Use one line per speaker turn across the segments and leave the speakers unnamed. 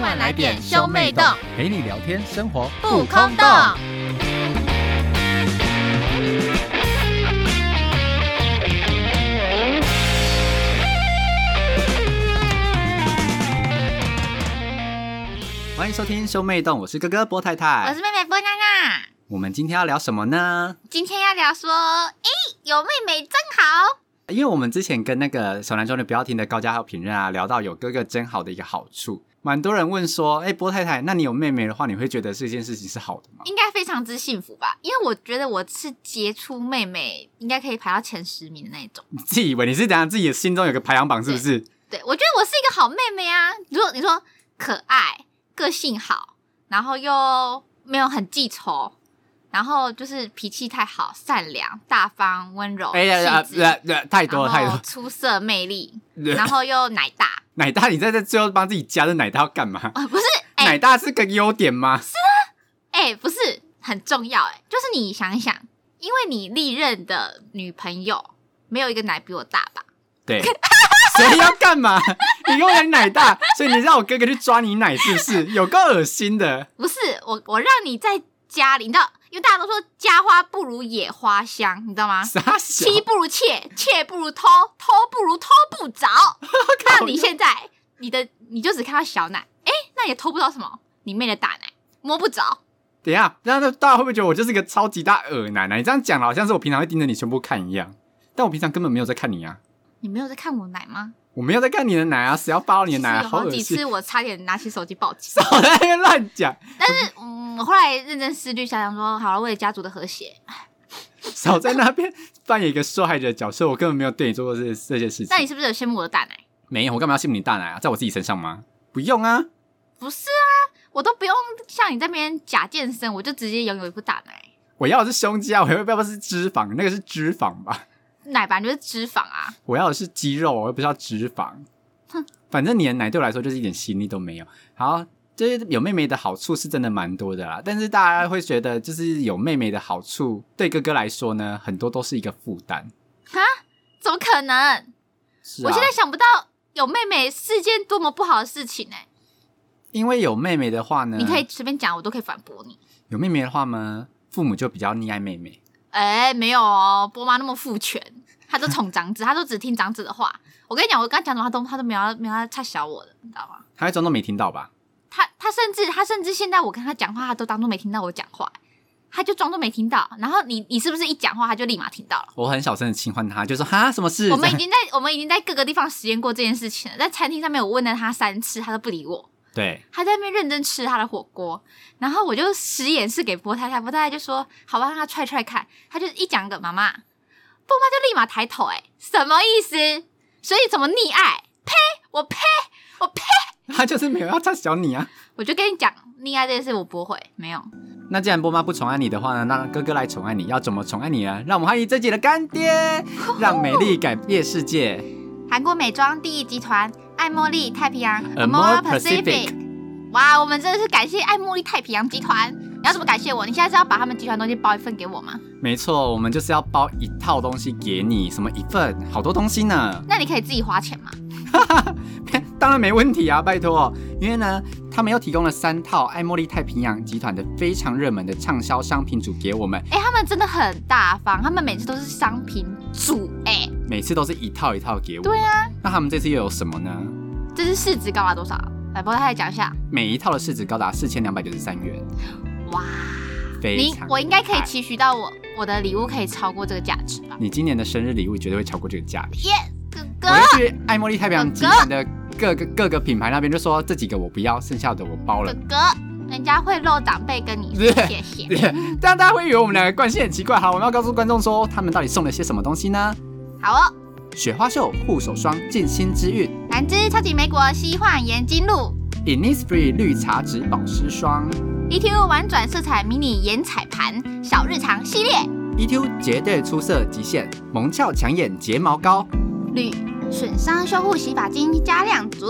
快来点兄妹洞，
陪你聊天，生活
不空洞。
欢迎收听兄妹洞，我是哥哥波太
我
太
是。妹妹波娜娜，
我们今天要聊什么呢？
今天要聊说，诶，有妹妹真好。
因为我们之前跟那个小南中的不要停的高嘉浩评论啊，聊到有哥哥真好的一个好处，蛮多人问说，哎、波太太，那你有妹妹的话，你会觉得这件事情是好的吗？
应该非常之幸福吧？因为我觉得我是杰出妹妹，应该可以排到前十名的那一种。
你自己以为你是怎样，自己的心中有个排行榜是不是？
对，我觉得我是一个好妹妹啊。如果你说可爱、个性好，然后又没有很记仇，然后就是脾气太好、善良、大方、温柔，
哎呀呀
气质
呀呀！太多了太
然后
多
出色魅力，然
了。
后又奶大，
奶大，你在这最后帮自己加的奶大要干嘛？
啊、不是，哎、
奶大是个优点吗？
哎、不是很重要、哎，就是你想一想，因为你历任的女朋友没有一个奶比我大吧？
对， 谁要干嘛？你给我点奶大，所以你让我哥哥去抓你奶，是 不是？有够恶心的。
不是，我我让你在家里，你知道，因为大家都说家花不如野花香，你知道吗？
傻小，
妻不如妾，妾不如偷，偷不如偷不 着。那你现在，你的你就只看到小奶，哎、那也偷不到什么，你妹的大奶摸不着。
等一下，那那大家会不会觉得我就是个超级大恶男呢、你这样讲了，好像是我平常会盯着你胸部看一样，但我平常根本没有在看你啊，
你没有在看我奶吗？
我没有在看你的奶啊，谁要扒到你的
其
奶、啊？
实有
好
好
恶
几
心！
次我差点拿起手机报警，
少在那边乱讲，
但是嗯，我后来认真思虑，想想说，好了，为了家族的和谐，
少在那边扮演一个受害者的角色，我根本没有对你做过这这些事
那你
情。
是不是有羡慕我的大奶？
没有，我干嘛要羡慕你大奶啊？在我自己身上吗？不用啊，
不是啊，我都不用像你这边假健身，我就直接拥有一副大奶。
我要的是胸肌啊，我要不要是脂肪？那个是脂肪吧？
奶吧，你就是脂肪啊！
我要的是肌肉，我又不是要脂肪。反正你的奶对我来说就是一点吸引力都没有。好，就是有妹妹的好处是真的蛮多的啦，但是大家会觉得就是有妹妹的好处，对哥哥来说呢，很多都是一个负担。
怎么可能？
是啊，
我现在想不到有妹妹是件多么不好的事情呢、
因为有妹妹的话呢，
你可以随便讲，我都可以反驳你。
有妹妹的话呢，父母就比较溺爱妹妹。
哎、没有哦，波妈那么父权， 她都宠长子，她都只听长子的话。我跟你讲，我刚讲什么，她都她都没有要没有要插小我的，你知道吗？
他会装作没听到吧？
她她甚至她甚至现在我跟她讲话，她都当做没听到我讲话，她就装作没听到。然后你你是不是一讲话，她就立马听到了？
我很小声的轻唤他，就说哈什么事？
我们已经在我们已经在各个地方实验过这件事情了，在餐厅上面我问了她三次，她都不理我。
对，
他在那边认真吃他的火锅，然后我就使眼色给波太太，波太太就说：“好吧，让他踹踹看。”他就一讲个妈妈，波妈就立马抬头、哎，什么意思？所以怎么溺爱？呸！我呸！我呸！
他就是没有要插小你啊。
我就跟你讲，溺爱这件事我不会，没有。
那既然波妈不宠爱你的话呢，那让哥哥来宠爱你，要怎么宠爱你呢？让我们欢迎这集的干爹，让美丽改变世界。
韩国美妆第一集团爱茉莉太平洋
Amore
Amora Pacific。哇，我们真的是感谢爱茉莉太平洋集团。你要怎么感谢我？你现在是要把他们集团东西包一份给我吗？
没错，我们就是要包一套东西给你，什么一份，好多东西呢。
那你可以自己花钱吗？
当然没问题啊，拜托。因为呢，他们又提供了三套爱茉莉太平洋集团的非常热门的畅销商品组给我们，
哎、他们真的很大方，他们每次都是商品组哎、
每次都是一套一套给我们。
对
啊，那他们这次又有什么呢？
这是市值高达多少？来，波太太讲一下。
每一套的市值高达四千两百九十三元，
哇，
非
你
常
我应该可
厉
以
害
期许到我我的礼物可以超过这个价值吧？
你今年的生日礼物绝对会超过这个价格。
耶、哥
我
哥
就去爱茉莉太平洋集团的各个各个品牌那边，就说这几个我不要，剩下的我包
哥
了。
哥，人家会露长辈跟你说谢谢。
这样大家会以为我们两个关系很奇怪。好，我们要告诉观众说，他们到底送了些什么东西呢？
好哦，
雪花秀护手霜、静心之韵、
兰芝超级莓果西幻盐金露
Innisfree 绿茶籽保湿霜、
，ETU 玩转色彩迷你眼彩盘小日常系列，
ETU E 绝对出色极限萌俏抢眼睫毛膏。
铝损伤修护洗发精加量足。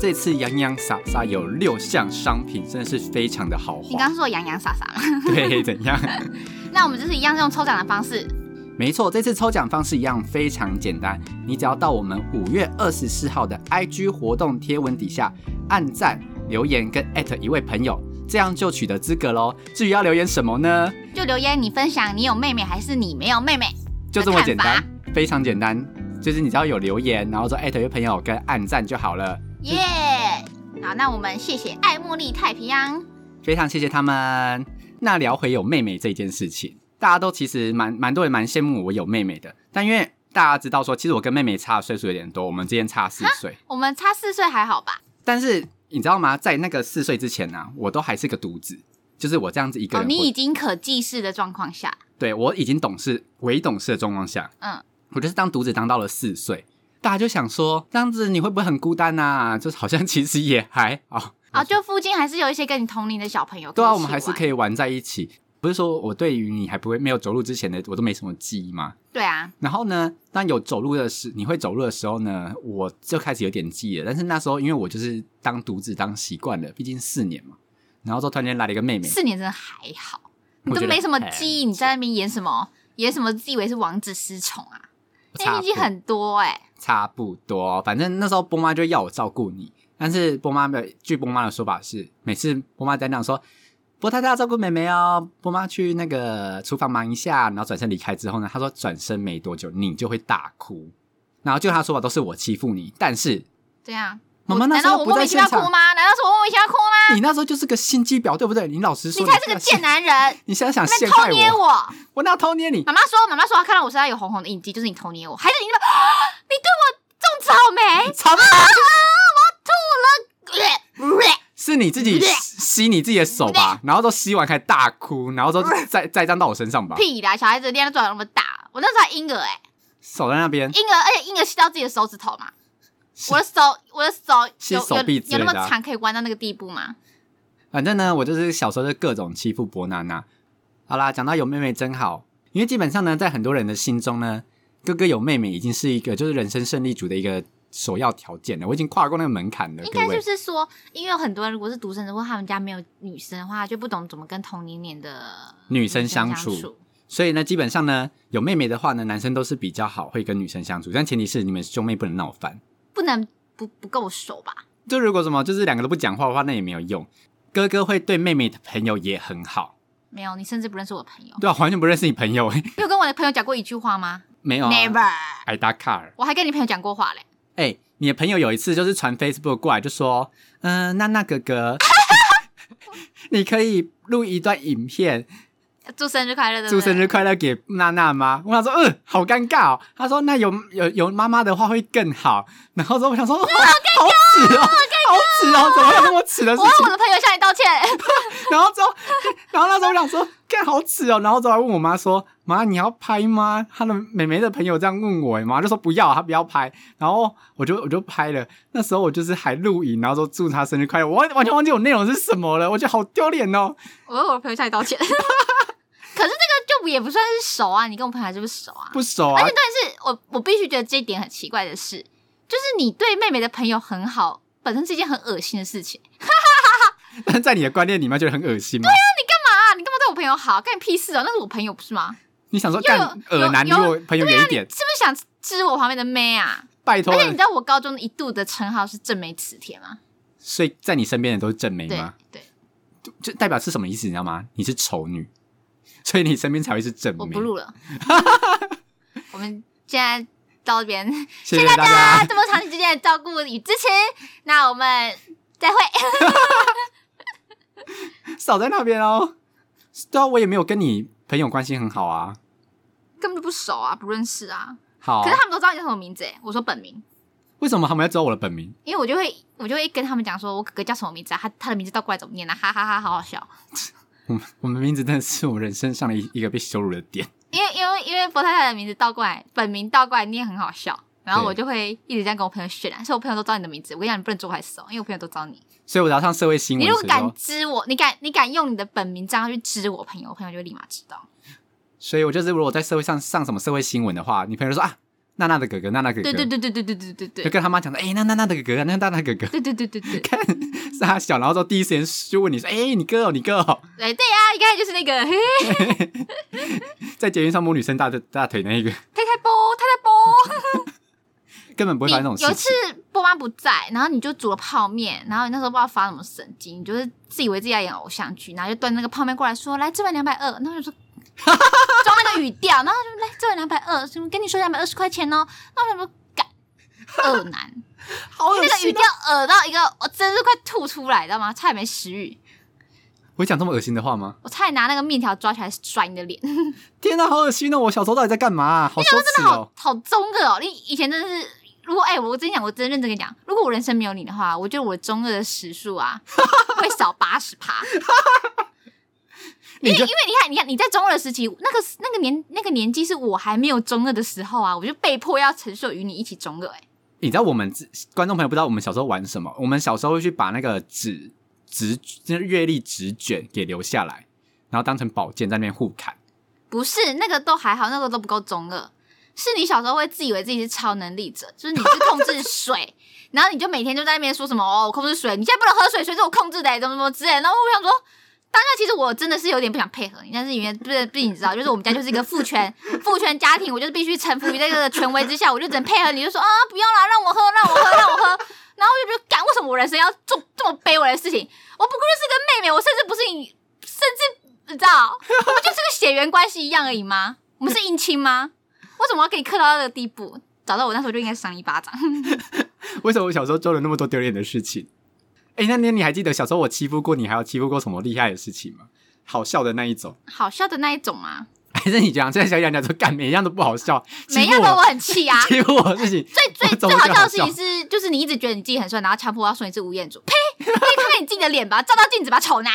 这次洋洋洒洒有六项商品，真的是非常的豪
你
华
刚。刚说我洋洋洒洒吗？
对，怎样？
那我们就是一样用抽奖的方式，
没错，这次抽奖方式一样非常简单，你只要到我们五月二十四号的 IG 活动贴文底下按赞留言跟艾特一位朋友，这样就取得资格喽。至于要留言什么呢？
就留言你分享你有妹妹还是你没有妹妹。
就这么简
看
单，非常简单，就是你只要有留言，然后说艾特一位朋友跟按赞就好了。
耶、好，那我们谢谢爱茉莉太平洋。
非常谢谢他们。那聊回有妹妹这件事情，大家都其实蛮蛮多人蛮羡慕我有妹妹的，但因为大家知道说，其实我跟妹妹差的岁数有点多，我们之间差四岁。
我们差四岁还好吧？
但是你知道吗？在那个四岁之前呢、啊，我都还是个独子，就是我这样子一个
哦，
人
你
活，
已经可记事的状况下，
对我已经懂事、唯懂事的状况下，
嗯，
我就是当独子当到了四岁，大家就想说，这样子你会不会很孤单啊？就是好像其实也还好。
哦，就附近还是有一些跟你同龄的小朋友。
对啊，我们还是可
以一起
以玩在一起。不是说我对于你还不会没有走路之前的我都没什么记忆吗？
玩。对啊，
然后呢，当有走路的时，你会走路的时候呢，我就开始有点记忆了。但是那时候因为我就是当独子当习惯了，毕竟四年嘛。然后之后突然间来了一个妹妹，
四年真的还好，你
我
都
觉得
没什么
哎
记忆，你在那边演什么演什么自以为是王子失宠啊？那
差
已经
不
很多哎、
差不多。反正那时候波妈就要我照顾你，但是波妈的据波妈的说法是，每次波妈在那说。波太太要照顾妹妹哦，波妈去那个厨房忙一下，然后转身离开之后呢，她说转身没多久你就会大哭，然后就她说法都是我欺负你，但是
这样。啊我
妈妈那
难
时
道
候
我
不
莫名
在
其
现
妙哭
场，
吗？难道是我莫名其妙哭吗？
你那时候就是个心机婊，对不对？你老实说，
你才是个贱男人，
你现在想
你在
陷
偷
害
捏
我，
我。
我哪有偷捏你？
妈妈说，妈妈说，她看到我身上有红红的印记，就是你偷捏我，还是你那么、啊你对我种草莓？啊
操！
呃呃
是你 自己吸你自己的手吧，然后都吸完开始大哭，然后都再再张到我身上吧，
屁啦！小孩子力量都长那么大，我那时候还婴儿哎、
手在那边，
婴儿，而且婴儿吸到自己的手指头嘛，我的手，我的手
吸
有
手
有
臂之
有那
类的啊
么长可以弯到那个地步吗？
反正呢，我就是小时候就各种欺负伯娜娜。好啦，讲到有妹妹真好，因为基本上呢，在很多人的心中呢，哥哥有妹妹已经是一个就是人生胜利组的一个首要条件了，我已经跨过那个门槛了，
应
各
该
位
就。是说，因为有很多人如果是独生子或他们家没有女生的话，就不懂怎么跟同龄年的
女生
相
相处所以呢，基本上呢，有妹妹的话呢，男生都是比较好，会跟女生相处，但前提是你们兄妹不能闹翻。
不能不不够熟吧？
就如果什么就是两个都不讲话的话，那也没有用。哥哥会对妹妹的朋友也很好，
没有，你甚至不认识我的朋友。
对啊，完全不认识你朋友，
你有跟我的朋友讲过一句话吗、
没 有、啊。
n e v e r
艾达卡尔，
我还跟你朋友讲过话嘞。
哎、你的朋友有一次就是传 Facebook 过来，就说，嗯、娜娜哥 哥，你可以录一段影片，
祝生日快乐！对不
祝
对
生日快乐给娜娜吗？我想说，嗯，好尴尬哦。他说，那有有有妈妈的话会更好。然后之后我想说，好好耻哦，好耻哦，怎么有那么耻的事
我为
情
我？的朋友向你道歉。
然后之后，然后那时候我想说，看好耻哦。然后之后还问我妈说：“妈，你要拍吗？”她的妹妹的朋友这样问我，我妈就说不要，她不要拍。然后我就我就拍了。那时候我就是还录影，然后说祝她生日快乐。我完完全忘记我内容是什么了，我觉得好丢脸哦。
我为我的朋友向你道歉。可是 这个就也不算是熟啊，你跟我朋友还是不熟啊。
不熟
而
啊
且，，但是我我必须觉得这一点很奇怪的是，就是你对妹妹的朋友很好，本身是一件很恶心的事情。
但在你的观念里面觉得很恶心
啊
吗？
干嘛、你干嘛对我朋友好？干你屁事哦！那是我朋友不是吗？
你想说
又有
干耳男离
有有
我朋友远一点，
是不是想吃我旁边的妹啊？
拜托
而且你知
了。
道我高中一度的称号是正妹磁铁吗？
所以在你身边的都是正妹
对
吗？
对，
就就代表是什么意思？你知道吗？你是丑女，所以你身边才会是正妹。
我不录 了。我们现在到这边，
谢谢大
大
家
家。这么长时间的照顾与支持，那我们再会。
少在那边哦。对啊，我也没有跟你朋友关系很好啊。
根本就不熟啊，不认识啊。
好
可，是他们都知道你叫什么名字诶，我说本名，
为什么他们要知道我的本名？
因为我就会我就会跟他们讲说我哥哥叫什么名字啊，他他的名字倒过来怎么念啊，哈哈哈，好好笑。
我们我们名字真的是我们人生上的一一个被羞辱的点。
因为因为因为佛太太的名字倒过来，本名倒过来念很好笑，然后我就会一直这样跟我朋友渲染，所以我朋友都知道你的名字。我跟你讲，你不能做坏事哦，因为我朋友都知道你。
所以我只要上社会新
你
闻
如
的
果
时
敢
候，
知我，你敢你敢用你的本名这样去知我朋友，我朋友就会立马知道。
所以我就是如果在社会上上什么社会新闻的话，你朋友就说啊，娜娜的哥哥，娜娜哥哥，
对对对对对对对对对
就跟他妈讲说，哎、那娜娜的哥哥，那娜娜的哥哥，
对对对对对，
看是他小，然后之后第一时间就问你说，哎、你哥哦，你哥哦，
哎对呀、应该就是那个嘿
在捷运上摸女生大腿大腿那一个，
太太波太太波。
根本不会发生这种
你有一
事
次
情。
波妈不在，然后你就煮了泡面，然后你那时候不知道发什么神经，你就是自以为自己在演偶像剧，然后就端那个泡面过来说：“来，这碗两百二。”然后就说装那个语调，然后就来这碗两百二，什么跟你说两百二十块钱哦，那什么干恶男，
好恶
那个
心
语
哦
调恶到一个，我真是快吐出来，知道吗？差点没食欲，
我会讲这么恶心的话吗？
我差点拿那个面条抓起来甩你的脸，真
天哪，好恶心哦！我小时候到底在干嘛啊、好羞耻
的好
哦！
好中二哦！你以前真的是，如果哎、我真讲，我真认真跟你讲，如果我人生没有你的话，我觉得我的中二的时数啊会少八十趴，因
你
为因
就
为你看，你看你在中二的时期，那个那个年那个年纪是我还没有中二的时候啊，我就被迫要承受与你一起中二、哎，
你知道我们自观众朋友不知道我们小时候玩什么？我们小时候会去把那个纸纸就是阅历纸卷给留下来，然后当成宝剑在那边互砍。
不是那个都还好，那个都不够中二。是你小时候会自以为自己是超能力者，就是你是控制水，然后你就每天就在那边说什么哦，我控制水，你现在不能喝水，水是我控制的、欸怎么怎么之类的。然后我想说，当下其实我真的是有点不想配合你，但是因为不是毕竟你知道，就是我们家就是一个父权父权家庭，我就是必须臣服于这个权威之下，我就只能配合你，就说啊不用啦，让我喝，让我喝，让我喝。然后我就觉得，干为什么我人生要做这么卑微的事情？我不过就是个妹妹，我甚至不是你，甚至你知道，我们就是个血缘关系一样而已吗？我们是姻亲吗？为什么要给你刻到这个地步？找到我那时候就应该赏你一巴掌。
为什么我小时候做了那么多丢脸的事情？哎、那年你还记得小时候我欺负过你，还有欺负过什么厉害的事情吗？好笑的那一种，
好笑的那一种啊，
还是你讲现在想想讲说干每一样都不好笑，欺
每
负
样都我
我。
很气啊
欺负我的事情，
最最
我怎
最
么
好
会
笑
好
的事情是，就是你一直觉得你自己很帅，然后强迫我要说你是吴彦 祖。呸！你看看你自己的脸吧，照照镜子吧，丑男。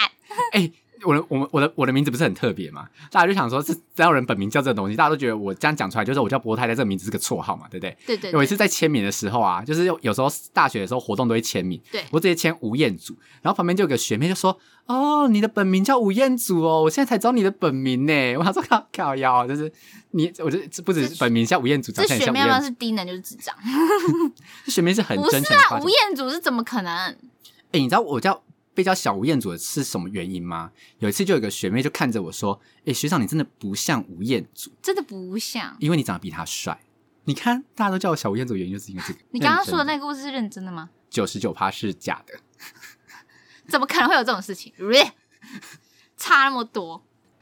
哎、我的我们我的我的名字不是很特别嘛？大家就想说是只要有人本名叫这个东西，大家都觉得我这样讲出来就是我叫博太太这个名字是个绰号嘛，对不对？
对对
有一
对
次在签名的时候啊，就是有有时候大学的时候活动都会签名，
对
我直接签吴彦祖，然后旁边就有个学妹就说：“哦，你的本名叫吴彦祖哦，我现在才知道你的本名呢。” 我想说靠靠腰，啊就是你，我就不止
这
本名像吴彦祖，长
这
相也
学
像吴
妹要
彦
是低能就是智障，
祖，学妹是很
不是
真诚的夸
啊，
奖
吴。彦祖是怎么可能？
哎、你知道我叫被叫小吴彦祖的是什么原因吗？有一次就有个学妹就看着我说：“哎、学长，你真的不像吴彦祖，
真的不像。
因为你长得比他帅。”你看，大家都叫我小吴彦祖，原因就是因为这个。
你刚刚说的那个故事是认真的吗？
九十九趴是假的。
怎么可能会有这种事情？ 差那么多，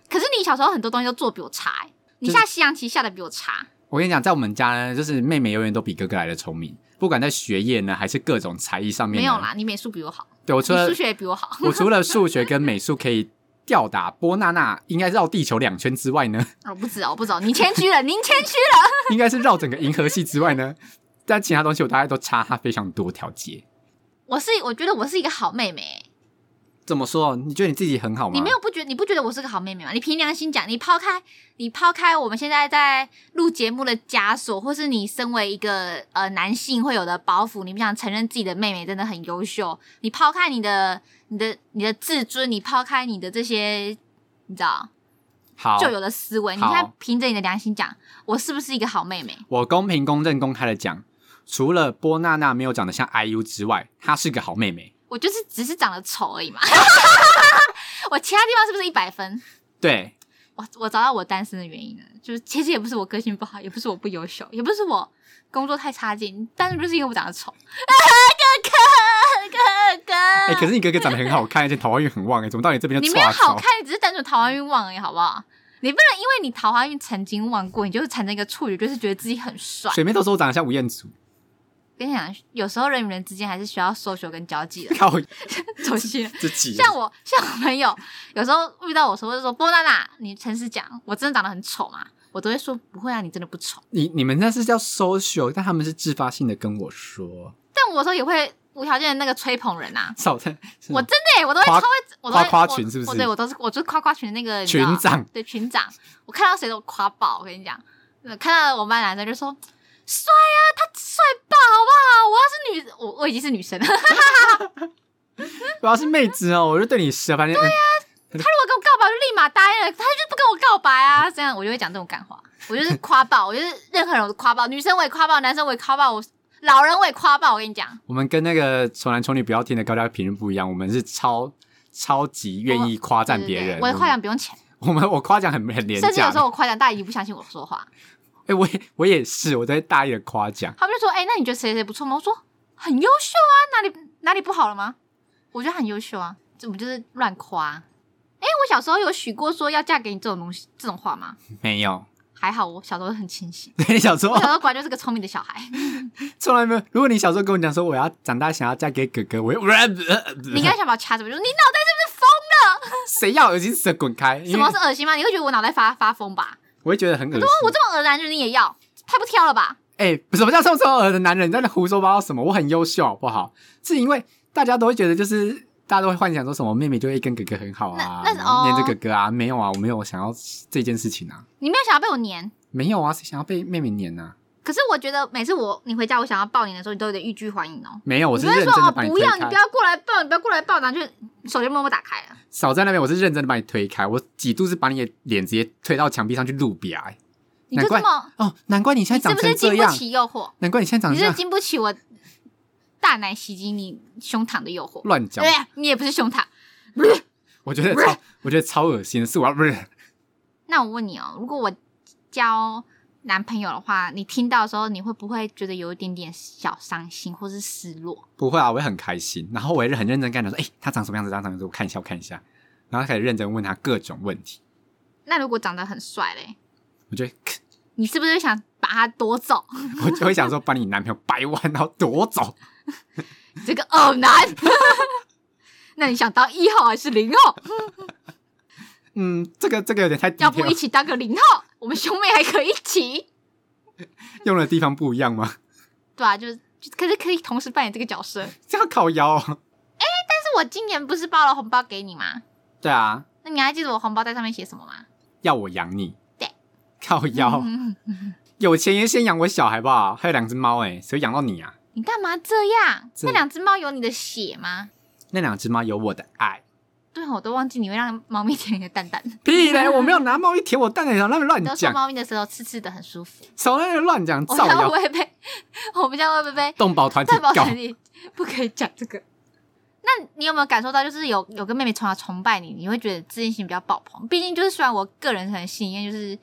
可是你小时候很多东西都做比我差、欸，你下西洋棋下的比我差，
我跟你讲，在我们家呢，就是妹妹永远都比哥哥来的聪明，不管在学业呢，还是各种才艺上面。
没有。啦，你美术比我好，
对我
你
除了
数学也比我好，
我除了数学跟美术可以吊打波娜娜，应该绕地球两圈之外呢，
我哦不知道，我不知道，你谦虚了，您谦虚了，
应该是绕整个银河系之外呢， 但其他东西我大概都差她非常多条街。
我是我觉得我是一个好妹妹、欸
怎么说？你觉得你自己很好吗？
你没有不觉你不觉得我是个好妹妹吗？你凭良心讲，你抛开你抛开我们现在在录节目的枷锁，或是你身为一个呃男性会有的包袱，你不想承认自己的妹妹真的很优秀，你抛开你的你的你的自尊，你抛开你的这些，你知道
好，
旧有的思维，你
好
看凭着你的良心讲，我是不是一个好妹妹？
我公平、公正、公开的讲，除了波娜娜没有长得像 IU 之外，她是个好妹妹。
我就是只是长得丑而已嘛， 我其他地方是不是一百分？
对，
我我找到我单身的原因了，就是其实也不是我个性不好，也不是我不优秀，也不是我工作太差劲，但是就是因为我长得丑。啊哥哥，哥哥，
哎、可是你哥哥长得很好看，而且桃花运很旺哎、怎么到你这边
啊
就
你没有
岔
好
走？
看，你只是单纯桃花运旺而已，好不好？你不能因为你桃花运曾经旺过，你就产生一个错觉，就是觉得自己很帅。
水妹都说我长得像吴彦祖，
跟你讲，有时候人与人之间还是需要 social 跟交际的，
靠
走 心了。
自己。
像我，像我朋友，有时候遇到我时候就说：“波娜娜，你诚实讲，我真的长得很丑嘛？”我都会说：“不会啊，你真的不丑。
你你们那是叫 social，但他们是自发性的跟我说，”
但我有时候也会无条件的那个吹捧人啊，
少在
我真的、欸，我都会
夸
超会，我都会
夸
我
夸群是不是
我对我都是，我就是夸夸群的那个你知
群
道
长
对群长，我看到谁都夸爆。我跟你讲，呃看到我们班男生就说帅啊，他帅爆啊好不好？我要是女，我我已经是女生了，他 如
我要是妹子哦，我就对你舌翻脸。嗯
果跟我告白，我就立马答应了，他就不跟我告白啊，这样我就会讲这种干话，我就是夸爆，我就是任何人我都夸爆，女生我也夸爆，男生我也夸爆，我老人我也夸爆。我跟你讲，
我们跟那个丑男丑女不要听的高价评论不一样，我们是超超级愿意夸赞
对
别
对对
人。
我的夸奖不用钱，
我们我夸奖很很廉
甚至有
价
时
的。
候我夸奖大家已经不相信我说话。
哎、我也我也是，我在大力的夸奖。
他们就说：“哎、那你觉得谁谁不错吗？”我说：“啊，很优秀啊，哪里哪里不好了吗？我觉得很优秀啊，这我就是乱夸。哎、我小时候有许过说要嫁给你这种东西这种话吗？
没有。
还好我小时候很清醒，
对你小时候
我小时候果然就是个聪明的小 孩。
从来没有。如果你小时候跟我讲说我要长大想要嫁给哥哥，我会
你应该想把我掐死，我就说你脑袋是不是疯？
谁要恶心死了滚开！因
什
为
么是恶心吗？你会觉得我脑袋发发疯吧？
我会觉得很恶心。
我这么恶男人你也要，太不挑了吧？
哎、什么叫臭臭儿的男人？你在那胡说八道什么？我很优秀，好不好？是因为大家都会觉得，就是大家都会幻想说什么妹妹就会跟哥哥很好啊，
那那是
然后黏
哦
着哥哥啊。没有啊，我没有想要这件事情啊，
你没有想要被我黏，
没有啊，谁想要被妹妹黏啊？
可是我觉得每次我你回家我想要抱你的时候，你都有点欲拒还迎哦。
没有，我
你
是
就会
认
说
真的
哦，
把
不
推
要，你
开
不。要过来抱，你不要过来抱，然后就手就默默打开了。
少在那边，我是认真的把你推开，我几度是把你的脸直接推到墙壁上去路边、哎
你就这么，
哦，难怪你现
你
在长
是不是
成这
经不
样，
起诱惑？
难怪你现在长
你
成这
是
样，
经不起我大奶袭击你胸膛的诱惑？
乱讲
对。啊你也不是胸膛。
我觉得超，我觉得超恶心的是我要不是
那我问你哦，如果我交男朋友的话，你听到的时候，你会不会觉得有一点点小伤心或是失落？
不会啊，我会很开心，然后我也是很认真跟他说，哎、他长什么样子，他长什么样子，我看一下，我看一下，然后开始认真问他各种问题，
那如果长得很帅嘞，
我就会
你是不是想把他夺走？
我就会想说把你男朋友掰弯，然后夺走，
你这个恶男！ 那你想当一号还是零号？
嗯，这个这个有点太低
要不
调
一，起当个零号？我们兄妹还可以一起，
用的地方不一样吗？
对啊，就是就可是可以同时扮演这个角色。但
这样烤腰、哦，
是我今年不是包了红包给你吗？
对啊，
那你还记得我红包在上面写什么吗？
要我养你，
对，
靠腰，
嗯
有钱也先养我小孩吧，还有两只猫，哎，谁会养到你啊？
你干嘛这样？
这
那两只猫有你的血吗？
那两只猫有我的爱，
对哦，我都忘记你会让猫咪舔你的蛋 蛋。
屁嘞！我没有拿猫一舔我蛋蛋，然后那边
你都
乱
说
讲，
猫咪的舌头刺刺的很舒 服，
少在那边乱讲，
我
造
们家会不
谣。
会被 我们家会不会被
动保团体
在保
搞
险里不可以讲这个？那你有没有感受到，就是有有个妹妹从小崇拜你，你会觉得自信心比较爆棚？毕竟就是虽然我个人很信任，就是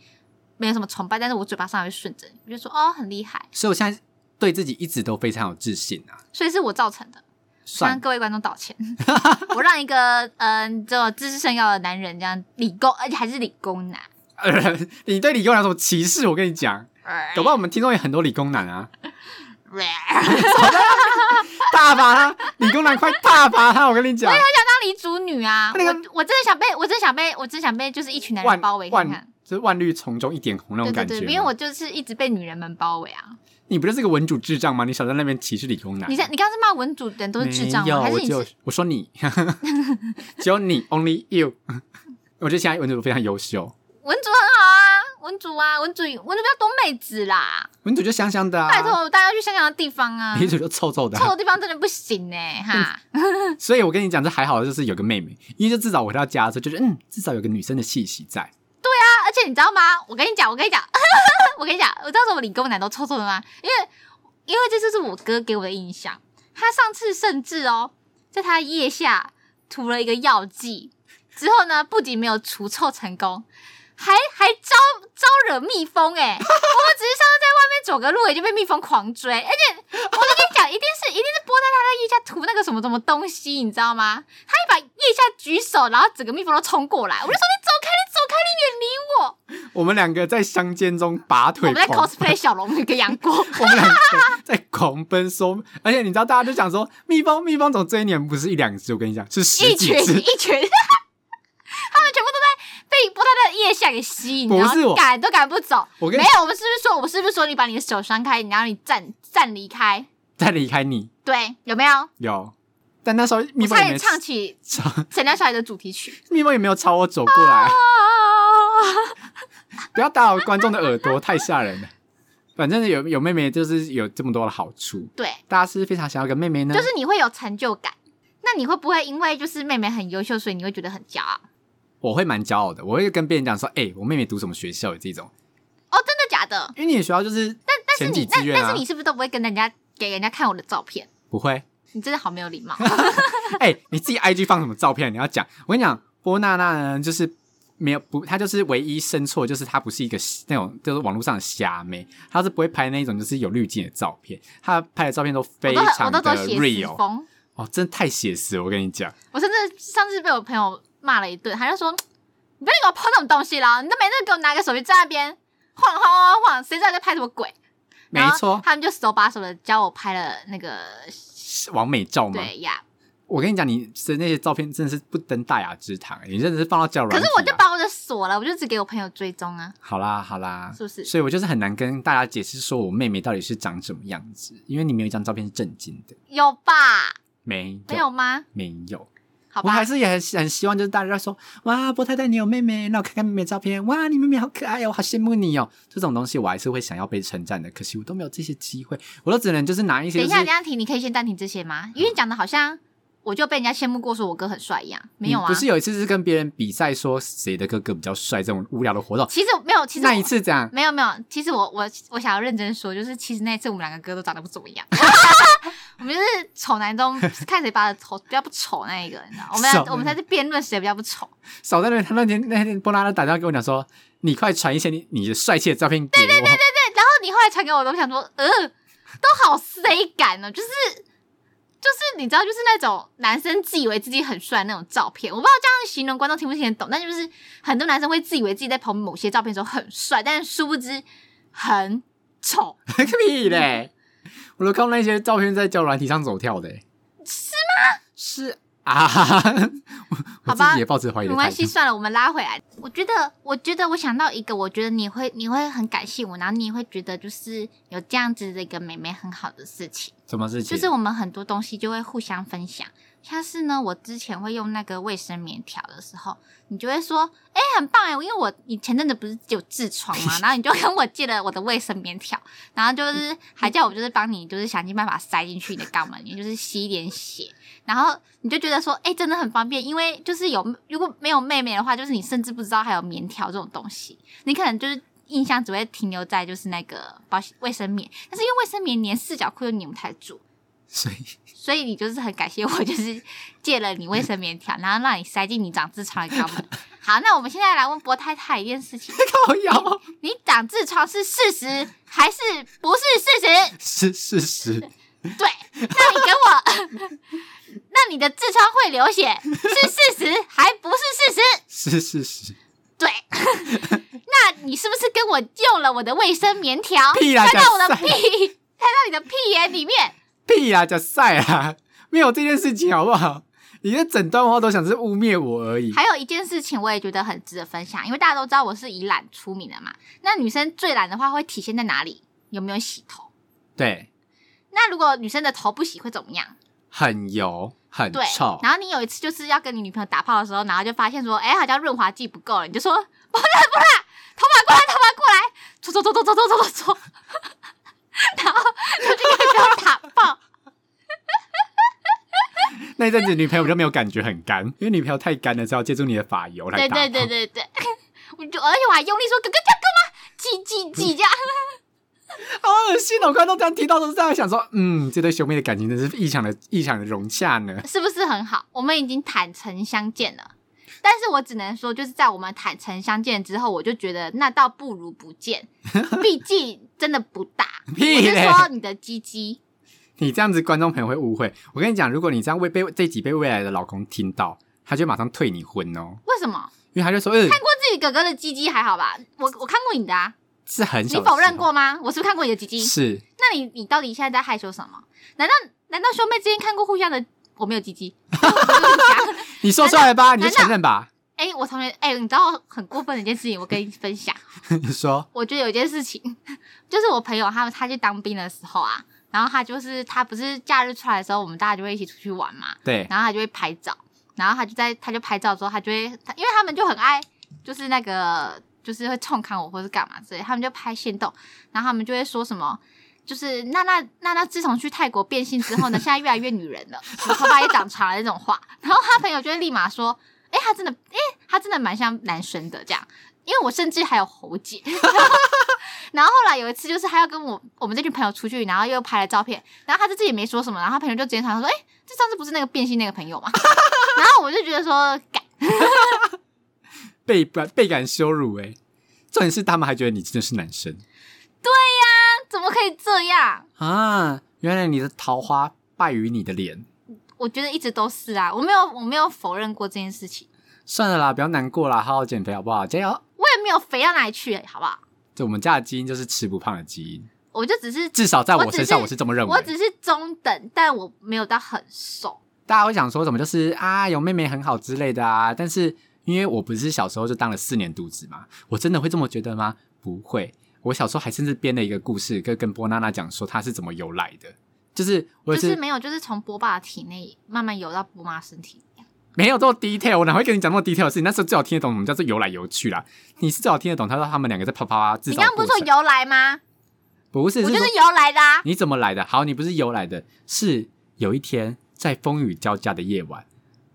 没有什么崇拜，但是我嘴巴上还会顺着你，我就说哦很厉害，
所以我现在对自己一直都非常有自信啊。
所以是我造成的。向
算
各位观众道歉， 我让一个嗯、这种知识甚高的男人这样理工，而且还是理工男，
了， 你对理工男有什么歧视？我跟你讲，
哎
搞不好我们听众有很多理工男啊，大罚他，理工男快大罚他！我跟你讲，
当离主女啊！
那个
我我真的想被，我真的想被，我真的想被，就是一群男人
万
包围看看
万。就是万绿丛中一点红那
对
种
对
感觉
对，
吗。
因为我就是一直被女人们包围啊！
你不就是个文主智障吗？你少在那边歧视理工男。
你在你刚刚是骂文主的人都是智障
没有
吗？还是
我
你
就是我说你， 只有你，only you。我觉得现在文主非常优秀，
文主很好啊？文主啊，文主文主不要多妹子啦！
文主就香香的啊，
拜托，大家去香港的地方啊，
女主就臭臭的啊、嗯
臭的地方真的不行呢、哈！
所以我跟你讲，这还好，就是有个妹妹，因为就至少我回到家的时候，就是嗯，至少有个女生的气息在。
啊而且你知道吗？我跟你讲，我跟你讲， 我跟你讲，我知道为什么理工男都臭臭的吗？因为因为这就是我哥给我的印象。他上次甚至哦，在他腋下涂了一个药剂，之后呢，不仅没有除臭成功，还 还招招惹蜜蜂哎、我们只是上次在外面走个路，也就被蜜蜂狂追，而且我就跟你讲，一定是一定是拨在他的腋下涂那个什么什么东西，你知道吗？他一把腋下举手，然后整个蜜蜂都冲过来，我就说你走开，你走开，你远离我。
我们两个在乡间中拔
我
腿
们在
狂，
cosplay 小龙女跟杨过，
我们两个 在狂奔说，而且你知道，大家就想说，蜜蜂蜜蜂总追你们不是一两只，我跟你讲，是十
一
几
群
只。
一群， 他们全部都在被波他的腋下给吸引，
不
然
是
后
我
赶都赶不走。
我跟
没
你
有，我们是不是说，我们是不是说你把你的手张开，然后你站站离开？
再离开你
对，有没有？
有，但那时候
我
蜜蜂
差
也
点
没
唱起
朝
《闪亮小孩》的主题 曲。
蜜蜂也没有朝我走过来，
啊！
不要打扰观众的耳朵，太吓人了。反正有有妹妹就是有这么多的好处，
对，
大家是不是非常想要个妹妹呢。
就是你会有成就感。那你会不会因为就是妹妹很优秀，所以你会觉得很骄傲？
我会蛮骄傲的，我会跟别人讲说，哎、我妹妹读什么学校这种，
哦，真的假的？
因为你的学校就是
但是
前
你
几
那
志愿
但
啊
是，你是不是都不会跟人家给人家看我的照片？
不会。
你真的好没有礼貌。
哎、你自己 IG 放什么照片？你要讲。我跟你讲，波娜娜呢，就是没有不，她就是唯一生错，就是她不是一个那种就是网络上的虾妹，她是不会拍那种就是有滤镜的照片，她拍的照片都非
我都很
常
我都
的
走写实
real
风。
哦，真的太写实了，我跟你讲，
我甚至上次被我朋友骂了一顿，他就说：“你不要给我 p 那种东西啦，你都没那个给我拿个手机在那边晃晃晃晃，谁知道你在拍什么鬼？”
没
然后
错，
他们就手把手的教我拍了那个，
完美照嘛。
对呀。
我跟你讲，你的那些照片真的是不登大雅之堂，欸你真的是放到交友
可
软
是
体啊
我就把我的锁了，我就只给我朋友追踪啊。
好啦好啦，
是不是
所以我就是很难跟大家解释说我妹妹到底是长什么样子，因为你没有一张照片是正经的，
有吧？
没有
没有吗？
没有。
好
我还
吧，
是也很很希望，就是大家说，哇，波太太你有妹妹，那我看看妹妹的照片，哇，你妹妹好可爱哦，我好羡慕你哦。这种东西我还是会想要被称赞的，可惜我都没有这些机会，我都只能就是拿一些、
等
就
一
是。嗯
下，等一下停，你可以先暂停这些吗？因为讲的好像我就被人家羡慕过，说我哥很帅一样，没有
你
啊
嗯不。是有一次是跟别人比赛说谁的哥哥比较帅这种无聊的活动，
其实没有，其实我
那一次这样，
没有没有，其实我我我想要认真说，就是其实那一次我们两个哥都长得不怎么 样，我们就是丑男中看谁拔的头比较不丑那一个，你知道，我们
什么
我们才是辩论谁比较不丑。
少在那边他那天那天波拉拉打电话给我讲说，你快传一些你你的帅气的照片给我。
对，然后你后来传给我，我都想说，呃，都好 C 感哦，就是就是你知道，就是那种男生自以为自己很帅那种照片，我不知道这样形容观众听不听得懂，但就是很多男生会自以为自己在捧某些照片的时候很帅，但是殊不知很丑。
个屁嘞！我都看到那些照片在交友软体上走跳的、是吗？是啊，我 我
好
自
吧
己也抱持怀疑
没
的
关
态
系，
度。
算了，我们拉回来。我觉得，我觉得我想到一个，我觉得你会你会很感谢我，然后你也会觉得就是有这样子的一个妹妹很好的事情。
什么事情？
就是我们很多东西就会互相分享。像是呢，我之前会用那个卫生棉条的时候，你就会说：“哎、很棒哎、因为我你前阵子不是有痔疮嘛，然后你就跟我借了我的卫生棉条，然后就是还叫我就是帮你就是想尽办法塞进去你的肛门里，就是吸一点血，然后你就觉得说：哎、真的很方便，因为就是有如果没有妹妹的话，就是你甚至不知道还有棉条这种东西，你可能就是印象只会停留在就是那个保险卫生棉，但是因为卫生棉连四角裤又粘不太住。”
所以
所以你就是很感谢我，就是借了你卫生棉条，然后让你塞进你长痔疮的肛门。 好，那我们现在来问博太太一件事情：
靠腰
你长痔疮是事实还是不是事实？
是事实，
对，那你给我， 那你的痔疮会流血是事实还不是事实？
是事实。
对， 那你是不是跟我用了我的卫生棉条
屁啦
塞到我的
讲
屁，塞到你的屁眼里面？
屁啦，假赛啦，啊没有这件事情好不好？你这整段话都想是污蔑我而已。
还有一件事情，我也觉得很值得分享，因为大家都知道我是以懒出名的嘛。那女生最懒的话会体现在哪里？有没有洗头？
对，
那如果女生的头不洗会怎么样？
很油，很
对
臭，。
然后你有一次就是要跟你女朋友打炮的时候，然后就发现说，哎、好像润滑剂不够了，你就说不啦不啦，头发过来，头发过来，搓搓搓搓搓搓搓搓搓，然后就去跟女朋友打炮。
那一阵子女朋友就没有感觉很干，因为女朋友太干了，只好借助你的发油来
对
打。
对对对对， 我就而且我还用力说哥哥这样干嘛？挤挤挤这样。
好恶心哦！我刚刚都这样提到，都是这样想说，嗯，这对兄妹的感情真是异常的异常的融洽 呢。
是不是很好？我们已经坦诚相见了，但是我只能说，就是在我们坦诚相见之后，我就觉得那倒不如不 见，毕竟真的不大。我
屁
是
嘞！
说你的鸡鸡，
你这样子，观众朋友会误会。我跟你讲，如果你这样被被这集被未来的老公听到，他就马上退你婚哦，
为什么
因为他就说，嗯、
看过自己哥哥的鸡鸡还好吧？我我看过你的啊，
是很小，哦
你否认？过吗？我是不是看过你的鸡鸡？
是，
那你你到底现在在害羞什么？难道难道兄妹之间看过互相的？我没有鸡 鸡，
你说出来吧，
难
你
道
就承认吧。
哎、我同学，哎、你知道很过分的一件事情，我跟你分享。
你说，
我觉得有一件事情， 就是我朋友他他去当兵的时候啊，然后他就是他不是假日出来的时候，我们大家就会一起出去玩嘛，
对，
然后他就会拍照，然后他就在他就拍照之后，他就会他因为他们就很爱就是那个就是会冲看我或是干嘛之类，他们就拍线动，然后他们就会说什么。就是娜娜娜娜自从去泰国变性之后呢，现在越来越女人了，什么头发也长长了那种话，然后他朋友就会立马说：“哎、他真的，哎、他真的蛮像男生的这样。”因为我甚至还有喉结。 然后后来有一次，就是他要跟我我们这群朋友出去，然后又拍了照片，然后他就自己也没说什么，然后他朋友就直接传说：“哎、这 上次不是那个变性那个朋友吗？”然后我就觉得说，改
倍感倍感羞辱哎、重点是他们还觉得你真的是男生
怎么可以这样？
啊！原来你的桃花败于你的脸。
我觉得一直都是啊，我没有我没有否认过这件事情，
算了啦，不要难过啦，好好减肥好不好？加油！
我也没有肥到哪里去，好不好？
就我们家的基因就是吃不胖的基因，
我就只是
至少在
我
我
只
身上
是
我是这么认为。
我只是中等，但我没有到很瘦。
大家会想说什么，就是啊有妹妹很好之类的啊，但是因为我不是小时候就当了四年独子嘛，我真的会这么觉得吗？不会，我小时候还甚至编了一个故事，跟跟波娜娜讲说她是怎么由来的，就是我、
就是是没有，就是从波爸的体内慢慢游到波妈身体。
没有这么 detail，我哪会跟你讲那么 detail 的事情？那时候最好听得懂我们叫做由来由去啦，你是最好听得懂，他说他们两个在啪啪啪制
你
造
刚刚
的
不
过
是说
程，
由来吗？
不是，
我
是
就
说
是由来的、啊。
你怎么来的？好，你不是由来的，是有一天在风雨交加的夜晚，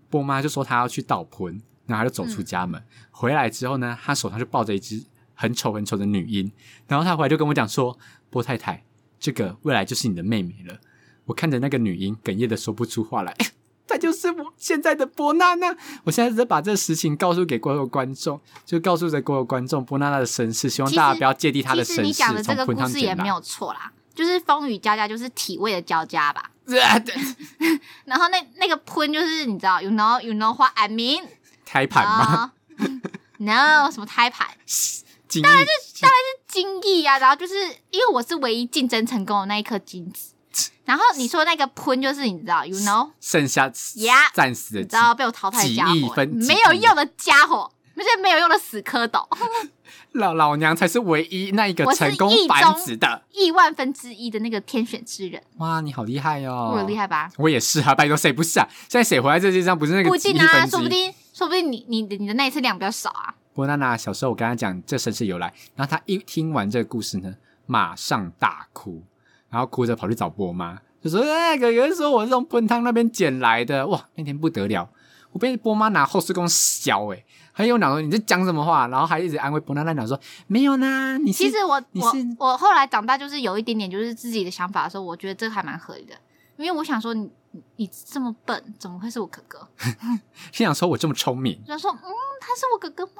波妈就说她要去倒盆，然后她就走
嗯
出家门，回来之后呢，她手上就抱着一只很丑很丑的女婴，然后她回来就跟我讲说：“波太太，这个未来就是你的妹妹了。”我看着那个女婴，哽咽的说不出话来。哎她就是我现在的波娜娜，我现在只是把这实情告诉给各位观众，就告诉着各位观众波娜娜的身世，希望
其
大家
实
不要芥蒂她
其
的
实
身
你
世
讲的。这
从
个
盆
故
汤
事
减
也
辣
没有错啦，就是风雨交加，就是体味的交加吧。然后那那个喷就是你知道，you know you know what I mean？
胎盘吗？
啊？No，什么胎盘？
精益
精益啊，然后就是因为我是唯一竞争成功的那一颗精子。然后你说那个喷就是你知道，you know，
剩下
Yeah
暂时的
你知
几
道被我淘汰的家
几亿
伙，
分
没有用的家伙，那些没有用的死蝌蚪，
老老娘才是唯一那一个
我是
成功
一
繁
中
殖的。
亿万分之一的那个天选之人，
哇，你好厉害哦！
我有厉！害吧？
我也是啊，拜托谁不是啊？现在谁活在这世界上不是那
不
个
一
几亿
定啊，
分
说不
之一？
定，说不定你你你的那一次量比较少啊。
波娜娜小时候我跟她讲这身世由来，然后她一听完这个故事呢，马上大哭，然后哭着跑去找波妈，就说：“哎、哥哥说我是从喷汤那边捡来的，哇，那天不得了。”我被波妈拿后视弓削哎、欸，还有讲说你在讲什么话，然后还一直安慰波娜娜讲说没有啦，你是
其实我
你
我
是
我后来长大就是有一点点就是自己的想法的时候，我觉得这还蛮合理的，因为我想说你你你这么笨，怎么会是我哥哥？
心想说我这么聪明，
就说嗯，他是我哥哥吗？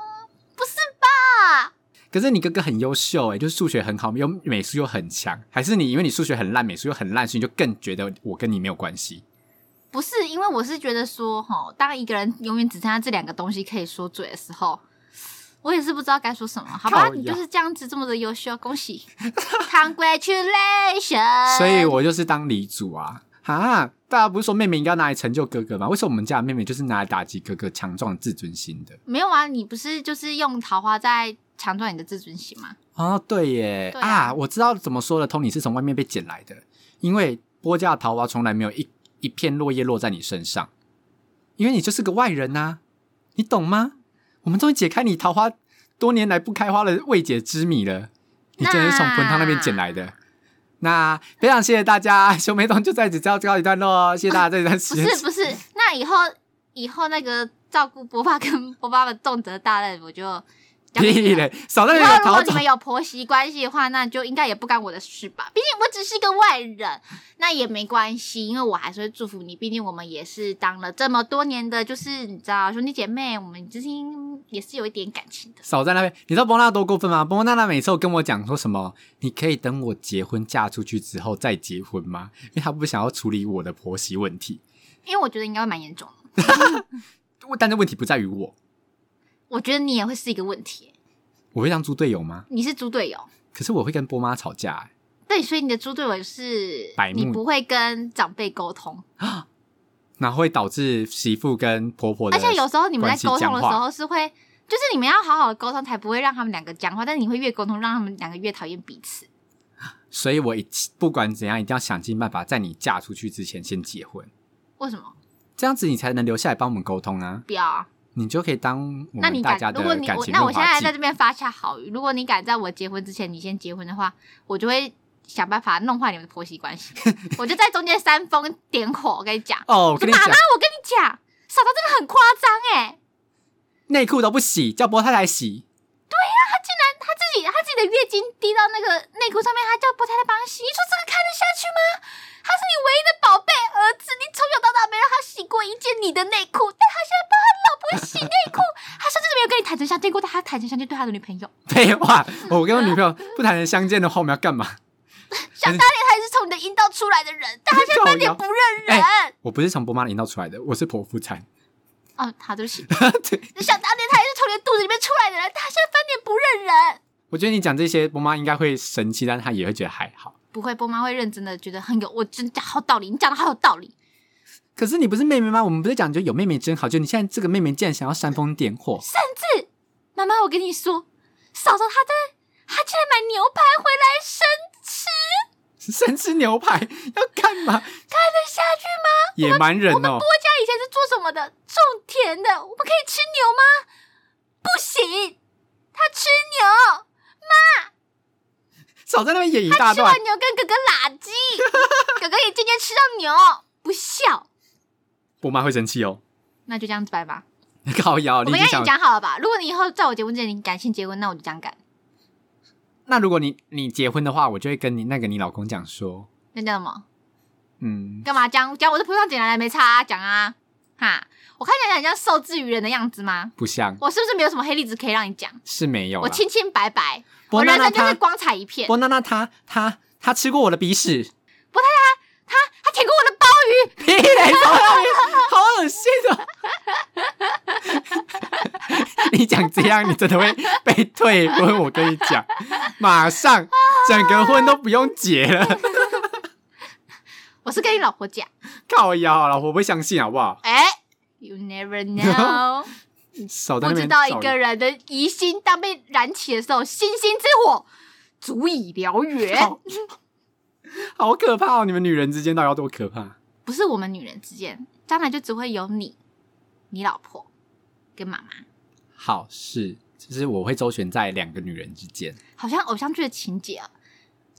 不是吧？
可是你哥哥很优秀诶，就是数学很好，又美术又很强，还是你因为你数学很烂，美术又很烂，所以你就更觉得我跟你没有关系？
不是，因为我是觉得说，哈，当一个人永远只剩下这两个东西可以说嘴的时候，我也是不知道该说什么。好吧
靠，腰
你就是这样子这么的优秀，恭喜 ，congratulations。
所以我就是当李主啊！哈，大家不是说妹妹应该拿来成就哥哥吗？为什么我们家的妹妹就是拿来打击哥哥强壮的自尊心的？
没有啊，你不是就是用桃花在强壮你的自尊心吗？
哦，对耶，
对啊
我知道怎么说了，托尼是从外面被捡来的，因为波家的桃花从来没有一一片落叶落在你身上，因为你就是个外人呐、啊你懂吗？我们终于解开你桃花多年来不开花的未解之谜了，你真的是从
那
盆汤那边捡来的。那非常谢谢大家，熊梅东就在此告告一段落，谢谢大家这段时
不
间。
是不是，那以后以后那个照顾波爸跟波爸的重责大任，我就交给你
屁
了
嘞，少在
然
那
后
里
如
逃
果
走
你。们有婆媳关系的话，那就应该也不干我的事吧。毕竟我只是一个外人，那也没关系，因为我还是会祝福你。毕竟我们也是当了这么多年的，就是你知道兄弟姐妹，我们之间也是有一点感情的。
少在那边。你知道波娜多过分吗？波娜娜每次都跟我讲说什么，你可以等我结婚嫁出去之后再结婚吗？因为她不想要处理我的婆媳问题。
因为我觉得应该会蛮严重的，
但是问题不在于我，
我觉得你也会是一个问题。
我会当猪队友吗？
你是猪队友，
可是我会跟波妈吵架、欸
对，所以你的猪队友是
白目
你不会跟长辈沟通，
然后会导致媳妇跟婆婆的。
而且有时候你们在沟通的时
关系僵
候是会，就是你们要好好的沟通，才不会让他们两个讲话，但是你会越沟通，让他们两个越讨厌彼此。
所以我一不管怎样，一定要想尽办法在你嫁出去之前先结婚，
为什么
这样子你才能留下来帮我们沟通啊。
不要啊？
你就可以当我
那你
们大
敢
家？的
如果你
感
我
情
那
润
我现在
滑剂
在。这边发下好语，如果你敢在我结婚之前你先结婚的话，我就会想办法弄坏你们的婆媳关 系，我就在中间煽风点火。我跟你讲，
哦，我
说
跟你
妈
讲
妈，，我 跟你讲，嫂嫂真的很夸张哎，
内裤都不洗，叫波太太洗。
她自己她自己的月经滴到那个内裤上面，她叫波太太帮她洗，你说这个看得下去吗？他是你唯一的宝贝儿子，你从小到大没让他洗过一件你的内裤，但他现在帮他老婆洗内裤，他甚至没有跟你坦诚诚相见过，但他坦诚相见对他的女朋友，
废话，我跟我女朋友不坦诚相见的话，我们要干嘛？
想当年他也是从你的阴道出来的人，但他现在当年不认人。
我不是从波妈引导出来的，我是剖腹产。
哦，好，对不起。
对，
想当年他也是从你的肚子里面出来的人，但他现在翻脸不认人。
我觉得你讲这些，波妈应该会生气，但她也会觉得还好。
不会，波妈会认真的觉得很有，我真讲好道理，你讲的好有道理。
可是你不是妹妹吗？我们不是讲就有妹妹真好，就你现在这个妹妹竟然想要煽风点火，
甚至妈妈，我跟你说，嫂嫂她在，她竟然买牛排回来生吃，
生吃牛排要干嘛？
看得下去吗？
野蛮人
我们
哦
波！家以前是做什么的？种田的，我们可以吃牛吗？不行，他吃牛，
少在那边演一大
吃
段
完，牛跟哥哥拉鸡， 哥哥也渐渐吃到牛，不孝。
波妈会生气哦。
那就这样子拜吧。
靠腰，
我
你已
们
经
应该已
想
经讲好了吧？如果你以后在我结婚之前你敢先结婚，那我就这样敢。
那如果你你结婚的话，我就会跟你那个你老公讲说，
那叫什么？
嗯，
干嘛讲讲我是葡萄姐来没差啊，讲啊哈！我看起来很像受制于人的样子吗？
不像
我是不是没有什么黑例子可以让你讲？
是没有啦。
我清清白白，
波
我
娜
人
娜
生就是
她，
光彩一片。
波娜娜她她她吃过我的鼻屎，
他他舔过我的鲍鱼，
屁嘞，好恶好恶心哦！你讲这样，你真的会被退婚。我跟你讲，马上整个婚都不用结了。
我是跟你老婆讲。
靠腰，老婆不会相信好不好？
哎、y o u never know，
少在
不
那
知
边
道一
造
个
谣
人的疑心当被燃起的时候，星星之火足以燎原。
好好可怕哦！你们女人之间到底要多可怕？
不是我们女人之间，将来就只会有你、你老婆跟妈妈。
好事就是我会周旋在两个女人之间。
好像偶像剧的情节啊。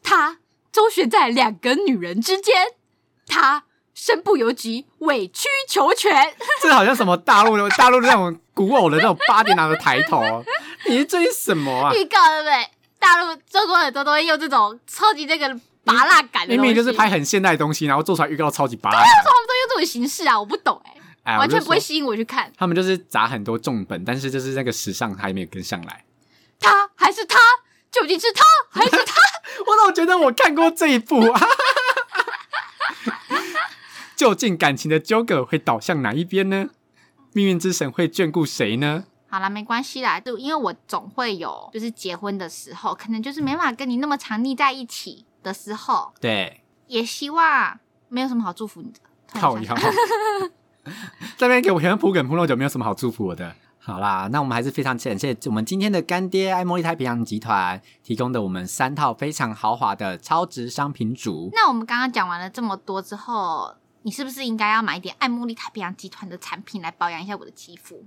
他周旋在两个女人之间，他身不由己，委曲求全。
这好像什么大陆的大陆的那种古偶的那种八点档的抬头、哦，你是这是什么 啊？
预告对不对？大陆中国很多都会用这种超级这个拔辣感的
明
东西，
明就是拍很现代的东西，然后做出来预告超级巴拉。
他们都用这种形式啊，我不懂哎、
哎，
完全
我就
不会
说。
吸引我去看。
他们就是砸很多重本，但是就是那个时尚还没有跟上来。
他还是他，究竟是他还是他？
我老觉得我看过这一部啊。究竟感情的纠葛会导向哪一边呢？命运之神会眷顾谁呢？
好啦，没关系啦，就因为我总会有，就是结婚的时候，可能就是没办法跟你那么常腻在一起的时候，
对，
也希望没有什么好祝福你的。突然
靠
想
腰。 这边给我全铺梗铺那么久，没有什么好祝福我的。好啦，那我们还是非常感谢我们今天的干爹爱茉莉太平洋集团提供的我们三套非常豪华的超值商品组。
那我们刚刚讲完了这么多之后，你是不是应该要买一点爱茉莉太平洋集团的产品来保养一下我的肌肤？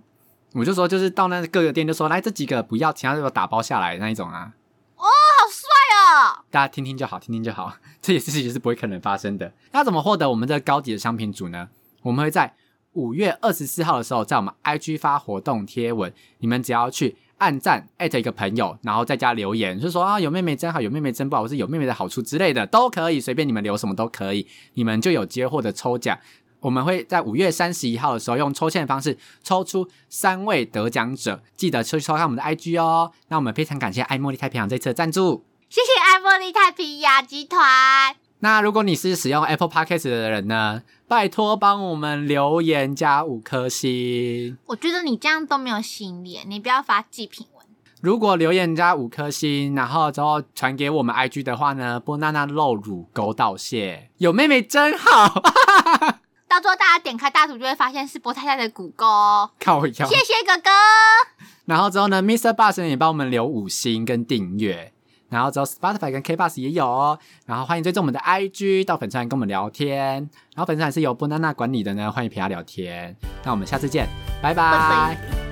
我就说，就是到那各个店就说，来这几个不要，其他就打包下来那一种啊，
好帅哦！
大家听听就好，听听就好。 这些事情是不会可能发生的。那怎么获得我们这高级的商品组呢？我们会在五月二十四号的时候，在我们 IG 发活动贴文，你们只要去按赞艾特一个朋友，然后在家留言，就说啊有妹妹真好，有妹妹真不好，或是有妹妹的好处之类的，都可以，随便你们留什么都可以，你们就有机会获得抽奖。我们会在五月三十一号的时候用抽签的方式抽出三位得奖者，记得去收看我们的 IG 哦。那我们非常感谢爱茉莉太平洋这次的赞助。
谢谢爱茉莉太平洋集团，
那如果你是使用 Apple Podcast 的人呢，拜托帮我们留言加五颗星。
我觉得你这样都没有吸引力，你不要发祭品文。
如果留言加五颗星，然后之后传给我们 IG 的话呢，波娜娜露乳沟道谢，有妹妹真好，
到时候大家点开大图就会发现是波太太的骨沟哦。
靠腰。
谢谢哥哥，
然后之后呢，Mr. Bus 呢也帮我们留五星跟订阅。然后之后 Spotify 跟 K Bus 也有哦。然后欢迎追踪我们的 IG 到粉丝团跟我们聊天。然后粉丝团是由波娜娜管理的呢，欢迎陪她聊天。那我们下次见，
拜
拜
拜
拜